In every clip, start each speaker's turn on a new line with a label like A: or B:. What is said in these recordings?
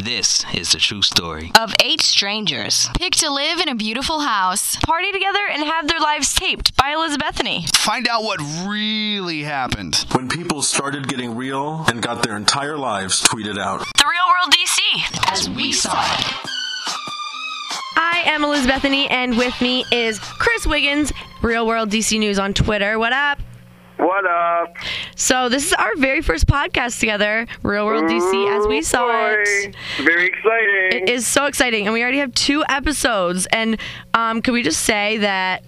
A: This is the true story.
B: of eight strangers.
C: Pick to live in a beautiful house.
B: Party together and have their lives taped by Elizabethany.
D: Find out what really happened.
E: When people started getting real and got their entire lives tweeted out.
B: The real world DC.
A: As we saw it.
F: I am Elizabethany, and with me is Chris Wiggins, Real World DC News on Twitter. What up?
G: What up?
F: So this is our very first podcast together, Real World DC, as we saw it.
G: Boy, Very exciting.
F: It is so exciting, and we already have two episodes. And um, could we just say that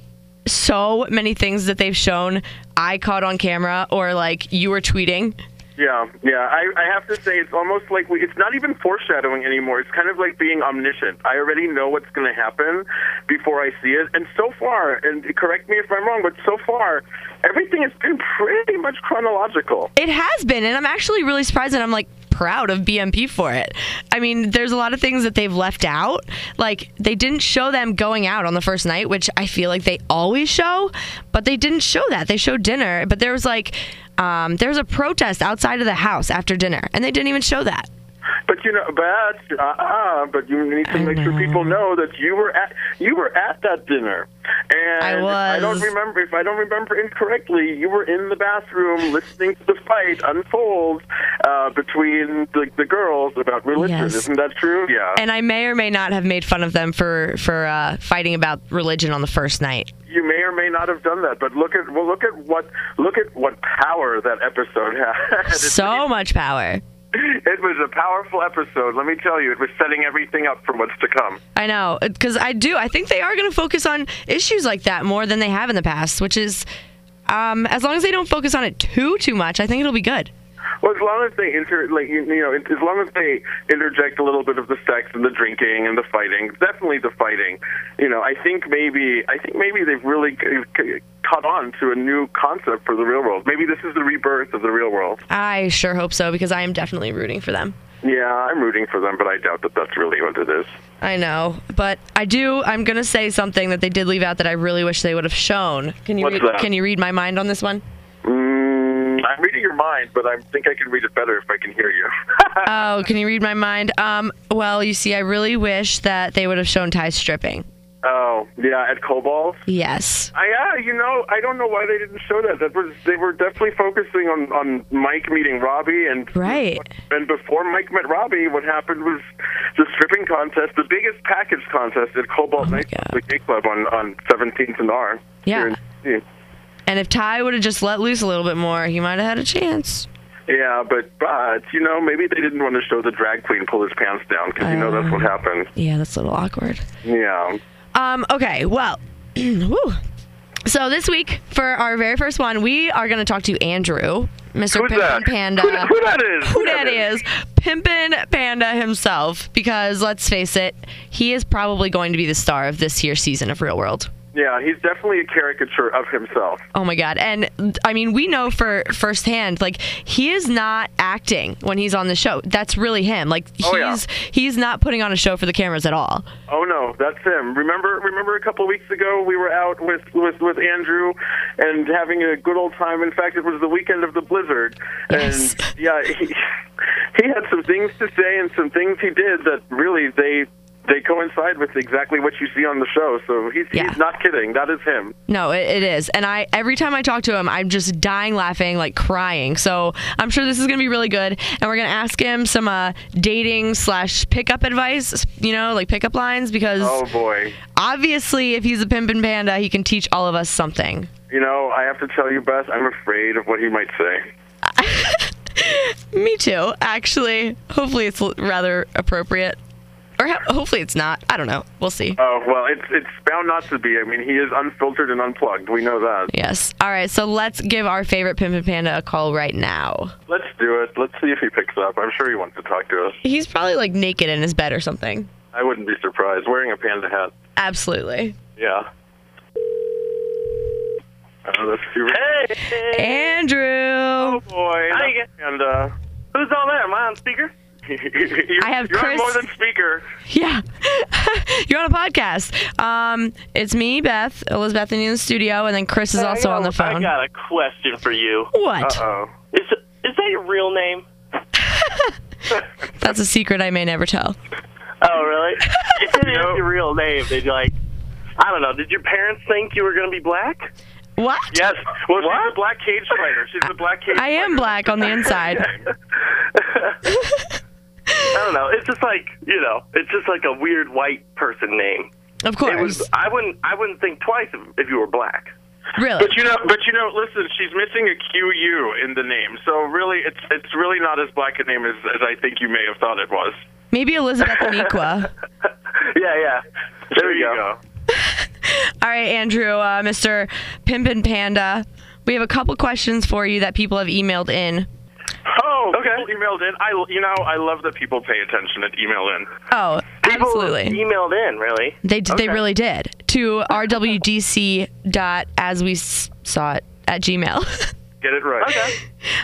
F: so many things that they've shown, I caught on camera, or like you were tweeting.
G: yeah, yeah. I, I have to say, it's almost like we, it's not even foreshadowing anymore. It's kind of like being omniscient. I already know what's going to happen before I see it. And so far, and correct me if I'm wrong, but so far, everything has been pretty much chronological.
F: It has been, and I'm actually really surprised, and I'm like proud of BMP for it. I mean, there's a lot of things that they've left out. Like they didn't show them going out on the first night, which I feel like they always show, but they didn't show that. They showed dinner, but there was like um, there was a protest outside of the house after dinner, and they didn't even show that.
G: But you know, but uh, uh, but you need to
F: I
G: make sure
F: know.
G: people know that you were at you were at that dinner. And
F: I
G: if I don't
F: was.
G: remember if I don't remember incorrectly, you were in the bathroom listening to the fight unfold uh, between the, the girls about religion.
F: Yes.
G: Isn't that true? Yeah.
F: And I may or may not have made fun of them for for uh, fighting about religion on the first night.
G: you may or may not have done that, but look at well, look at what look at what power that episode had. It's
F: So much power.
G: It was a powerful episode. Let me tell you, it was setting everything up for what's to come.
F: I know, because I do. I think they are going to focus on issues like that more than they have in the past, which is, um, as long as they don't focus on it too too much, I think it'll be good.
G: Well, as long as they inter, like you, you know, as long as they interject a little bit of the sex and the drinking and the fighting, definitely the fighting. You know, I think maybe, I think maybe they've really c- c- caught on to a new concept for the real world. Maybe this is the rebirth of the real world.
F: I sure hope so because I am definitely rooting for them.
G: Yeah, I'm rooting for them, but I doubt that that's really what it is.
F: I know, but I do. I'm going to say something that they did leave out that I really wish they would have shown. Can you
G: What's
F: read,
G: that?
F: can you read my mind on this one?
G: Mm, I'm reading your mind, but I think I can read it better if I can hear you.
F: Oh, can you read my mind? Um, well, you see, I really wish that they would have shown Ty stripping.
G: oh, yeah, at Cobalt.
F: Yes.
G: I, yeah, you know, I don't know why they didn't show that. That was they were definitely focusing on on Mike meeting Robbie and
F: Right.
G: And before Mike met Robbie, what happened was the stripping contest, the biggest package contest at Cobalt Night,
F: Oh God.
G: the gay club on on 17th and R.
F: Yeah.
G: here in DC.
F: And if Ty would have just let loose a little bit more, he might have had a chance.
G: Yeah, but but you know maybe they didn't want to show the drag queen pull his pants down because you know that's
F: Uh.
G: what happened.
F: Yeah, that's a little awkward.
G: Yeah.
F: Um, okay, well, whew. so this week for our very first one, we are going to talk to Andrew, Mr.
G: Who's that?
F: Pimpin' Panda.
G: Who, who that is?
F: Who that is? Pimpin' Panda himself, because let's face it, he is probably going to be the star of this year's season of Real World.
G: Yeah, he's definitely a caricature of himself.
F: Oh my god. And I mean, we know for firsthand like he is not acting when he's on the show. That's really him. Like he's
G: Oh, yeah.
F: he's not putting on a show for the cameras at all.
G: Oh no, that's him. Remember, remember a couple of weeks ago we were out with with with Andrew and having a good old time. In fact, it was the weekend of the blizzard,
F: Yes.
G: and yeah, he he had some things to say and some things he did that really they they coincide with exactly what you see on the show. So he's
F: Yeah.
G: he's not kidding. That is him.
F: No, it, it is. And I every time I talk to him, I'm just dying laughing, like crying. So I'm sure this is gonna be really good. And we're gonna ask him some uh, dating slash pickup advice. You know, like pickup lines because
G: Oh boy.
F: obviously, if he's a pimpin' panda, he can teach all of us something.
G: You know, I have to tell you, Beth, I'm afraid of what he might say.
F: Me too, actually. Hopefully, it's l- rather appropriate. Or ho- hopefully it's not. I don't know. We'll see.
G: Oh well, it's it's bound not to be. I mean, he is unfiltered and unplugged. We know that.
F: Yes. All right. So let's give our favorite Pimpin' Panda a call right now.
G: Let's do it. Let's see if he picks up. I'm sure he wants to talk to us.
F: He's probably like naked in his bed or something.
G: I wouldn't be surprised. Wearing a panda hat.
F: Absolutely.
G: Yeah. Oh, that's too Hey!
F: Andrew.
G: boy. And, uh... Who's all that? Am I on speaker?
F: I have
G: you're
F: Chris-
G: on more than speaker.
F: Yeah. You're on a podcast. Um, it's me, Beth, Elizabeth in the studio, and then Chris is also on the
H: I
F: phone.
H: got a question for you.
F: What?
G: Oh.
H: Is is that your real name?
F: That's a secret I may never tell.
H: Oh, really? If they didn't have your real name, they'd be like, I don't know. Did your parents think you were going to be black?
F: What?
G: Yes. Well, she's a black cage fighter. She's a black cage
F: I am black on the inside.
H: I don't know. It's just like you know, it's just like a weird white person name.
F: Of
H: It
F: course.
H: was. I wouldn't. I wouldn't think twice if, if you were black.
F: Really?
G: But you know, but you know, listen, she's missing a QU in the name, so really, it's it's really not as black a name as, as I think you may have thought it was.
F: Maybe Elizabeth Aniqua.
H: Yeah, yeah. There
G: you
H: you go.
G: go.
F: All right, Andrew, uh, Mr. Pimpin' Panda, we have a couple questions for you that people have emailed in.
G: Oh,
H: Okay.
G: people emailed in. I you know, I love that people pay attention at email in.
F: Oh,
H: People
F: absolutely.
H: Emailed in, really.
F: They d they really did to rwdc dot as we s- saw it at Gmail.
G: Get it right.
H: Okay.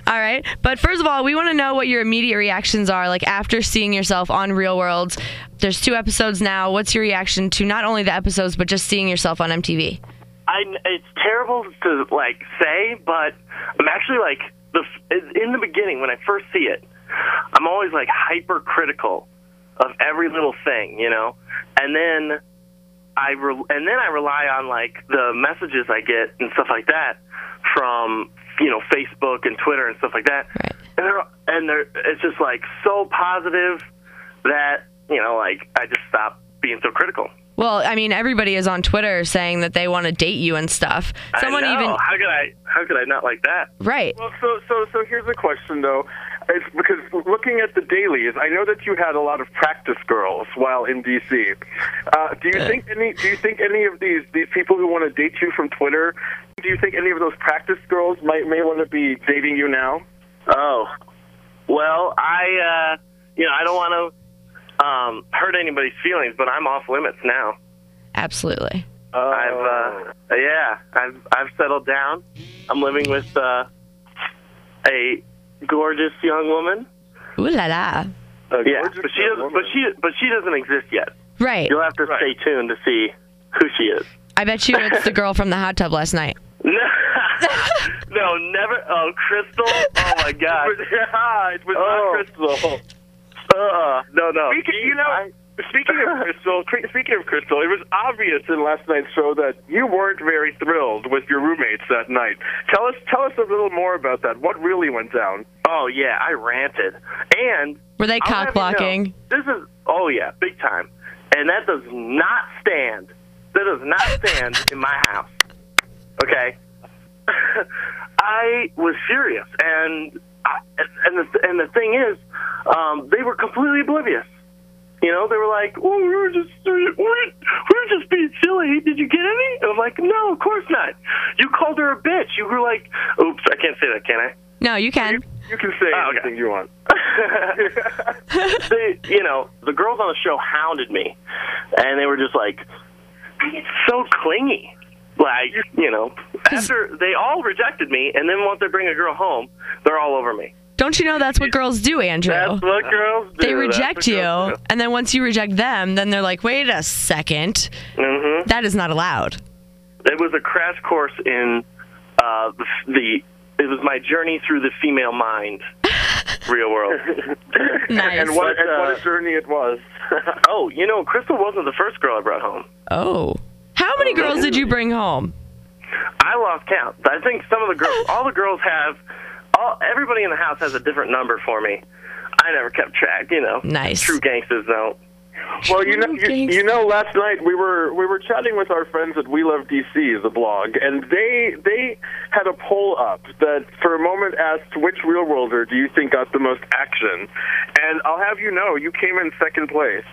F: all right, but first of all, we want to know what your immediate reactions are, like after seeing yourself on Real World. There's two episodes now. What's your reaction to not only the episodes, but just seeing yourself on MTV?
H: I. It's terrible to like say, but I'm actually like the in the beginning when I first see it, I'm always like hypercritical of every little thing, you know, and then I re- and then I rely on like the messages I get and stuff like that from you know Facebook and Twitter and stuff like that.
F: Right.
H: And they're and they're it's just like so positive that you know like I just stop being so critical.
F: Well, I mean, everybody is on Twitter saying that they want to date you and stuff. Someone
H: I know.
F: even
H: how could I how could I not like that?
F: right.
G: Well, so so so here's a question though. It's because looking at the dailies, I know that you had a lot of practice girls while in DC. Uh, do you think any? Do you think any of these these people who want to date you from Twitter? Do you think any of those practice girls might may want to be dating you now?
H: Oh, well, I, uh, you know, I don't want to um, hurt anybody's feelings, but I'm off limits now.
F: Absolutely.
H: I've, uh, yeah, I've, I've settled down. I'm living with uh, a gorgeous young woman.
F: Ooh la la.
H: yeah, but she doesn't, but she, but she doesn't exist yet.
F: Right.
H: You'll have to stay tuned to see who she is.
F: I bet you it's the girl from the hot tub last night.
H: no, never. Oh, Crystal. Oh my God.
G: yeah, it was
H: Oh.
G: not Crystal.
H: Uh, no, no.
G: Speaking,
H: She-
G: you know,
H: I-
G: speaking of Crystal, cre- speaking of Crystal, it was obvious in last night's show that you weren't very thrilled with your roommates that night. Tell us, tell us a little more about that. What really went down?
H: Oh yeah, I ranted. And
F: Were they
H: I'll have
F: cock
H: you know,
F: blocking?
H: this is oh yeah, big time. And that does not stand. That does not stand in my house. Okay. I was furious, and I, and the and the thing is, um, they were completely oblivious. You know, they were like, "Oh, we were just we were, we were just being silly. Did you get any?" And I'm like, "No, of course not. You called her a bitch. You were like, oops, I can't say that, can I?"
F: No, you can.
G: You can say
H: Oh, okay.
G: anything you want.
H: they, you know, the girls on the show hounded me, and they were just like so clingy. Like, you know, after they all rejected me, and then once I bring a girl home, they're all over me.
F: Don't you know that's what girls do, Andrew?
G: That's what girls do.
F: Oh. They reject
G: That's what
F: you,
G: girls do.
F: and then once you reject them, then they're like, "Wait a second,
H: hmm
G: Mm-hmm.
F: that is not allowed."
H: It was a crash course in uh, the, the. It was my journey through the female mind, real world.
F: Nice.
G: And what, and what
H: uh,
G: a journey it was.
H: oh, you know, Crystal wasn't the first girl I brought home.
F: oh, how many girls did you bring home?
H: I lost count. I think some of the girls, all the girls have, all everybody in the house has a different number for me. I never kept track, you know.
F: Nice.
H: True gangsters don't.
G: Well, you know,
F: True
G: you,
F: gangster.
G: you know, last night we were we were chatting with our friends at We Love DC, the blog, and they they had a poll up that for a moment asked which real worlder do you think got the most action, and I'll have you know you came in second place.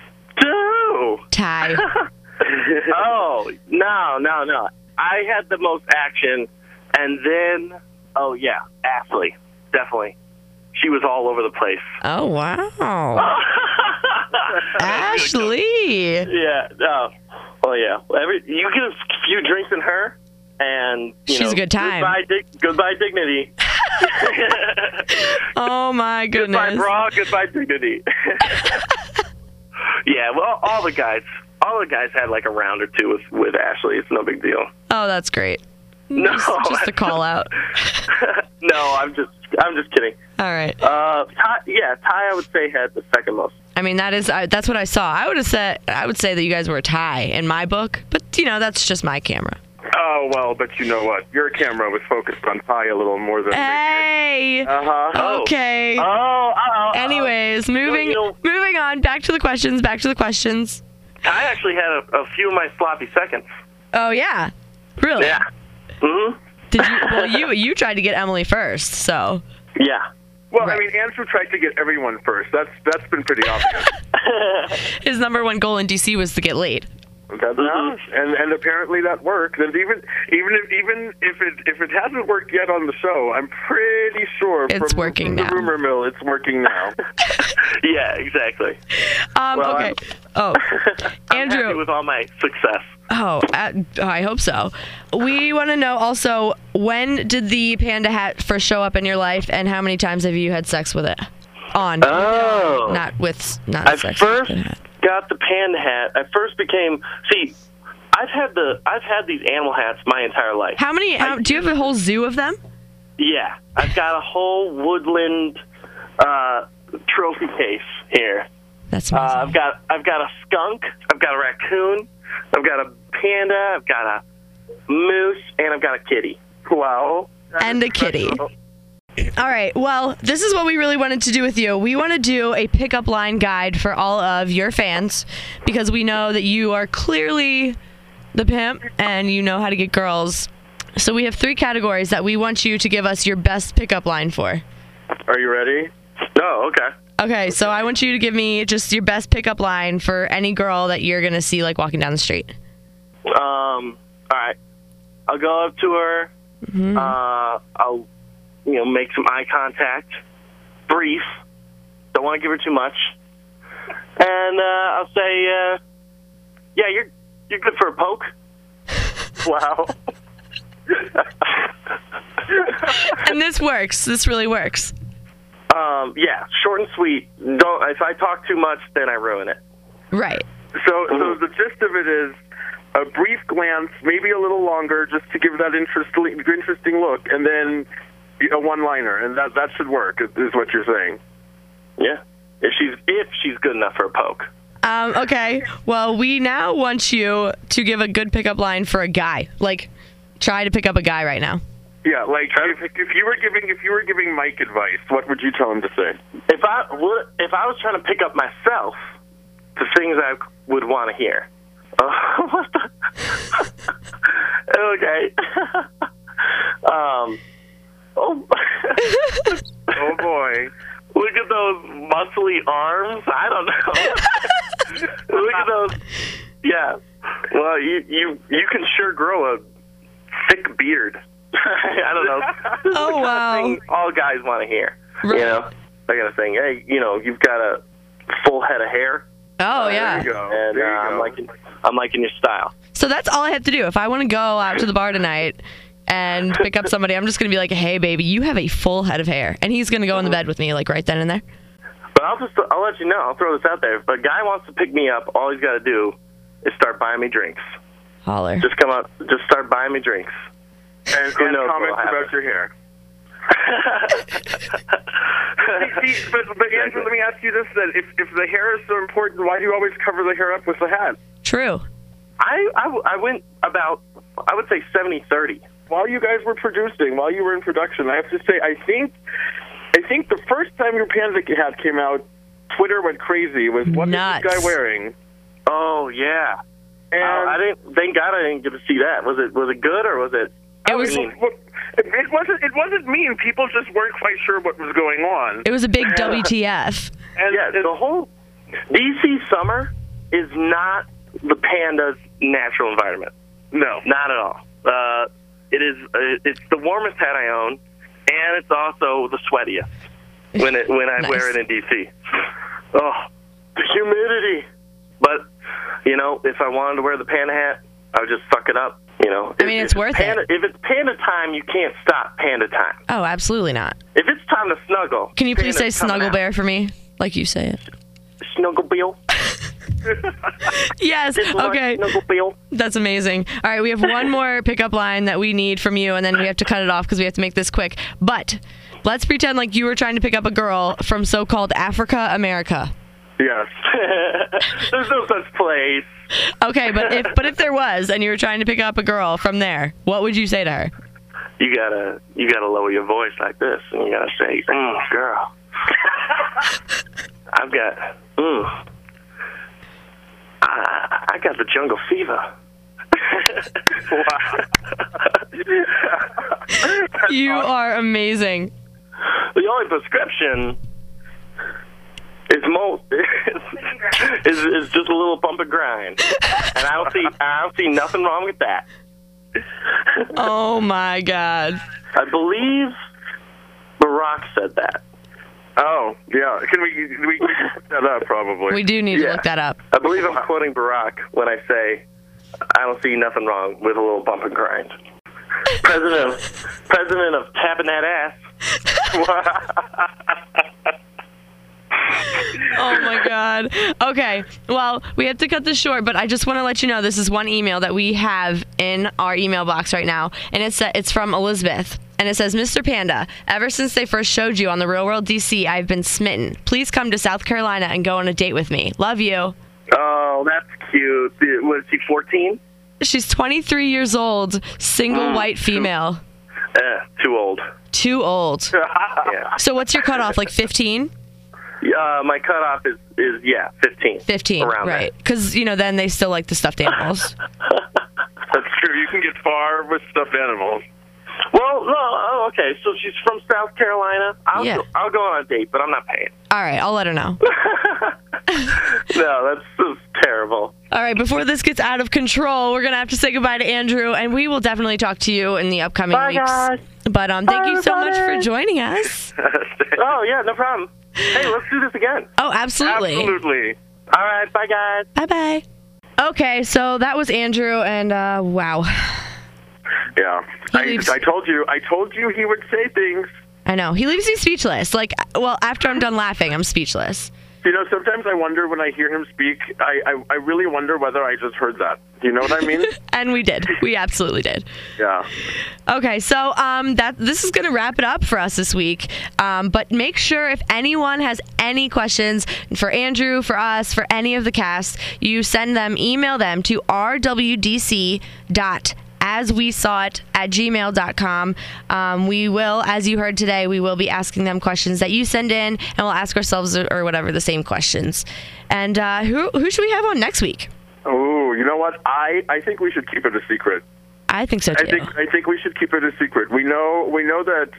H: Do.
F: Ty.
H: oh no, no, no! I had the most action, and then oh yeah, Ashley, definitely. She was all over the place.
F: Oh wow, Ashley.
H: Yeah. Oh, well, yeah. Every you get a few drinks in her, and you
F: She's
H: know,
F: a good time.
H: Goodbye, dig- goodbye dignity.
F: Oh my
H: goodbye,
F: goodness.
H: bra. Goodbye, dignity. yeah. Well, all the guys, all the guys had like a round or two with with Ashley. It's no big deal.
F: Oh, that's great.
H: No,
F: Just a call out.
H: no, I'm just
G: I'm just kidding.
F: All right.
G: Uh, Ty, yeah, Ty, I would say had the second most.
F: I mean, that is I, that's what I saw. I would have said I would say that you guys were a tie in my book, but you know that's just my camera.
G: Oh well, but you know what? Your camera was focused on Ty a little more than.
F: Hey.
G: Uh
H: Uh-huh.
G: huh.
F: Eh, Okay.
G: Oh. Oh. uh-oh, uh-oh.
F: Anyways, moving
G: you know-
F: moving on. Back to the questions. Back to the questions.
G: I actually had a, a few of my sloppy seconds.
F: Oh yeah, really?
G: Yeah. Hmm.
F: Did you, well, you you tried to get Emily first, so
G: Yeah. Well,
F: Right.
G: I mean, Andrew tried to get everyone first. That's that's been pretty obvious.
F: his number one goal in DC was to get laid.
G: That's not- and and apparently that worked. And even even if even if it if it hasn't worked yet on the show, I'm pretty sure
F: It's
G: from,
F: working
G: from the
F: now.
G: rumor mill, it's working now.
H: Yeah, exactly.
F: Um,
G: Well,
F: okay. Oh,
H: I'm
F: Andrew.
H: happy with all my success.
F: Oh, uh, I hope so. We want to know also when did the panda hat first show up in your life, and how many times have you had sex with it? On,
H: Oh.
F: not with, not
H: I
F: sex.
H: first
F: with the hat.
H: got the panda hat. I first became see. I've had the I've had these animal hats my entire life.
F: How many? How, do you have a whole zoo of them?
H: Yeah, I've got a whole woodland uh, trophy case here.
F: That's
H: Uh,
F: amazing.
H: I've got I've got a skunk. I've got a raccoon. I've got a panda. I've got a moose, and I've got a kitty.
G: wow.
F: and a kitty. All right. Well, this is what we really wanted to do with you. We want to do a pickup line guide for all of your fans because we know that you are clearly the pimp and you know how to get girls. So we have three categories that we want you to give us your best pickup line for.
G: Are you ready?
H: Oh, okay.
F: Okay, so I want you to give me just your best pickup line for any girl that you're gonna see like walking down the street.
H: Um, all right. I'll go up to her. Uh, I'll, you know, make some eye contact. Brief. Don't want to give her too much. And uh, I'll say, uh, yeah, you're you're good for a poke.
G: Wow.
F: And this works. This really works.
H: Um, yeah, short and sweet. Don't. If I talk too much, then I ruin it.
F: Right.
G: So, so the gist of it is a brief glance, maybe a little longer, just to give that interesting, interesting look, and then a one-liner, and that that should work. is- Is what you're saying?
H: Yeah. If she's if she's good enough for a poke.
F: Um, okay. Well, we now want you to give a good pickup line for a guy. Like, try to pick up a guy right now.
G: Yeah, like if, if you were giving if you were giving Mike advice, what would you tell him to say?
H: If I would, if I was trying to pick up myself, the things I would want to hear. Uh, what the? okay. um. Oh,
G: Oh boy.
H: look at those muscly arms. I don't know. look at those. Yeah. Well, you you you can sure grow a thick beard. I don't know. This is
F: Oh,
H: the kind of
F: wow.
H: thing all guys want to hear.
F: Right.
H: You know, that kind of thing. Hey, you know, you've got a full head of hair,
F: Oh
G: There
F: yeah.
G: you go.
H: and uh,
G: there you
H: I'm
G: go.
H: liking I'm liking your style.
F: So that's all I have to do. If I want to go out to the bar tonight and pick up somebody, I'm just gonna be like, "Hey, baby, you have a full head of hair," and he's gonna go in the bed with me like right then and there.
H: But I'll just I'll let you know. I'll throw this out there. If a guy wants to pick me up, all he's got to do is start buying me drinks.
F: Holler.
H: Just come up. Just start buying me drinks.
G: and,
H: Who
G: and
H: knows
G: comments
H: what'll happen.
G: about your hair. See, see, but, but Andrew, let me ask you this then: if if the hair is so important, why do you always cover the hair up with the hat?
F: True.
H: I, I w- I went about I would say 70-30.
G: While you guys were producing, while you were in production, I have to say, I think, I think the first time your panda hat came out, Twitter went crazy. Was what is
F: Nuts.
G: this guy wearing?
H: Oh yeah.
G: And
H: Oh, I didn't. Thank God I didn't get to see that. Was it was it good or was it?
F: It was.
G: It, was, it wasn't. It wasn't mean. People just weren't quite sure what was going on.
F: It was a big WTF.
G: And,
H: Yeah,
G: and-
H: the whole DC summer is not the panda's natural environment.
G: no.
H: Not at all. Uh, it is. Uh, it's the warmest hat I own, and it's also the sweatiest when it when I wear
F: Nice.
H: it in DC. Oh, the humidity! But you know, if I wanted to wear the panda hat, I would just suck it up. You know,
F: I mean,
H: If-
F: it's
H: if
F: worth
H: panda,
F: it.
H: If it's panda time, you can't stop panda time.
F: Oh, absolutely not.
H: If it's time to snuggle,
F: Can you please say
H: panda's coming
F: snuggle
H: out.
F: bear for me, like you say it?
H: Snuggle Bill.
F: Yes. Okay.
H: Knuckle Bill.
F: That's amazing. All right, we have one more pickup line that we need from you, and then we have to cut it off because we have to make this quick. But let's pretend like you were trying to pick up a girl from so-called Africa America.
G: Yes.
H: There's no such place.
F: Okay, but if but if there was, and you were trying to pick up a girl from there, what would you say to her?
H: You gotta you gotta lower your voice like this, and you gotta say, mm, "Girl, I've got mm, I, I got the jungle fever."
F: You are amazing.
H: The only prescription is mo is, is just a little bump and grind, and I don't see I don't see nothing wrong with that.
F: Oh my God.
H: I believe Barack said that.
G: oh, yeah. Can we we, we can look that up probably?
F: We do need to
H: Yeah.
F: look that up.
H: I believe I'm quoting Barack when I say I don't see nothing wrong with a little bump and grind. President of President of tapping that ass.
F: Oh my God. Okay. Well, we have to cut this short, but I just want to let you know this is one email that we have in our email box right now, and it's it's from Elizabeth. And it says, Mr. Panda, ever since they first showed you on the Real World DC, I've been smitten. Please come to South Carolina and go on a date with me. Love you.
H: Oh, that's cute. Was she 14?
F: She's 23 years old, single white female,
H: Eh, too old.
F: too old.
H: Yeah.
F: So what's your cutoff? Like 15?
H: Uh, my cutoff is is yeah, 15.
F: 15,
H: Around
F: right? Because you know, then they still like the stuffed animals.
G: That's true. You can get far with stuffed animals.
H: That. Well, no, oh, okay. So she's from South Carolina. I'll
F: Yeah.
H: go, I'll go on a date, but I'm not paying.
F: All right, I'll let her know.
H: No, that's just terrible.
F: All right, before this gets out of control, we're gonna have to say goodbye to Andrew, and we will definitely talk to you in the upcoming
H: Bye,
F: weeks.
H: guys.
F: But um, thank
H: Bye,
F: you so much for
H: everybody.
F: joining us.
H: oh yeah, no problem. Hey, let's do this again.
F: Oh, absolutely.
G: Absolutely.
H: All right, bye guys.
F: Bye bye. Okay, so that was Andrew, and uh, wow,
G: Yeah.
F: He
G: I,
F: leaves-
G: I told you. I told you he would say things.
F: I know he leaves me speechless. Like, well, after I'm done laughing, I'm speechless.
G: You know, sometimes I wonder when I hear him speak. I, I, I really wonder whether I just heard that. You know what I mean?
F: And we did, we absolutely did.
G: yeah.
F: Okay, so um, that this is gonna wrap it up for us this week. Um, but make sure if anyone has any questions for Andrew, for us, for any of the cast, you send them, email them to rwdc dot as we saw it at gmail.com um, we will as you heard today we will be asking them questions that you send in and we'll ask ourselves or, or whatever the same questions and uh, who, who should we have on next week
G: Oh, you know what? I, I think we should keep it a secret.
F: i think so
G: I
F: too
G: think I think we should keep it a secret. We know we know that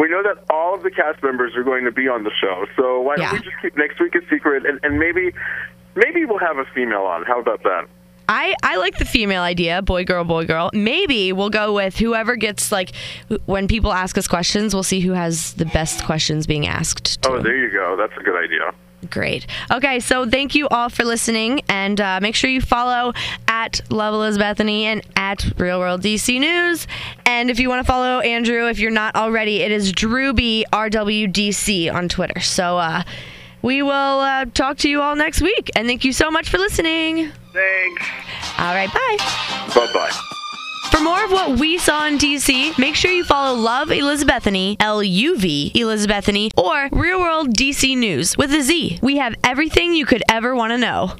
G: we know that all of the cast members are going to be on the show. So why
F: Yeah.
G: don't we just keep next week a secret and, and maybe maybe we'll have a female on. How about that?
F: I, I like the female idea, boy, girl, boy, girl. Maybe we'll go with whoever gets, like, wh- when people ask us questions, we'll see who has the best questions being asked.
G: Oh,
F: too.
G: there you go. That's a good idea.
F: Great. Okay, so thank you all for listening, and uh, make sure you follow at Love Liz Bethany and at Real World DC News. And if you want to follow Andrew, if you're not already, it is Drewby RWDC on Twitter. So uh, we will uh, talk to you all next week, and thank you so much for listening.
G: Thanks.
F: All right, bye.
G: Bye bye.
F: For more of what we saw in DC, make sure you follow Love Elizabethany, L U V Elizabethany, or Real World DC News with a Z. We have everything you could ever want to know.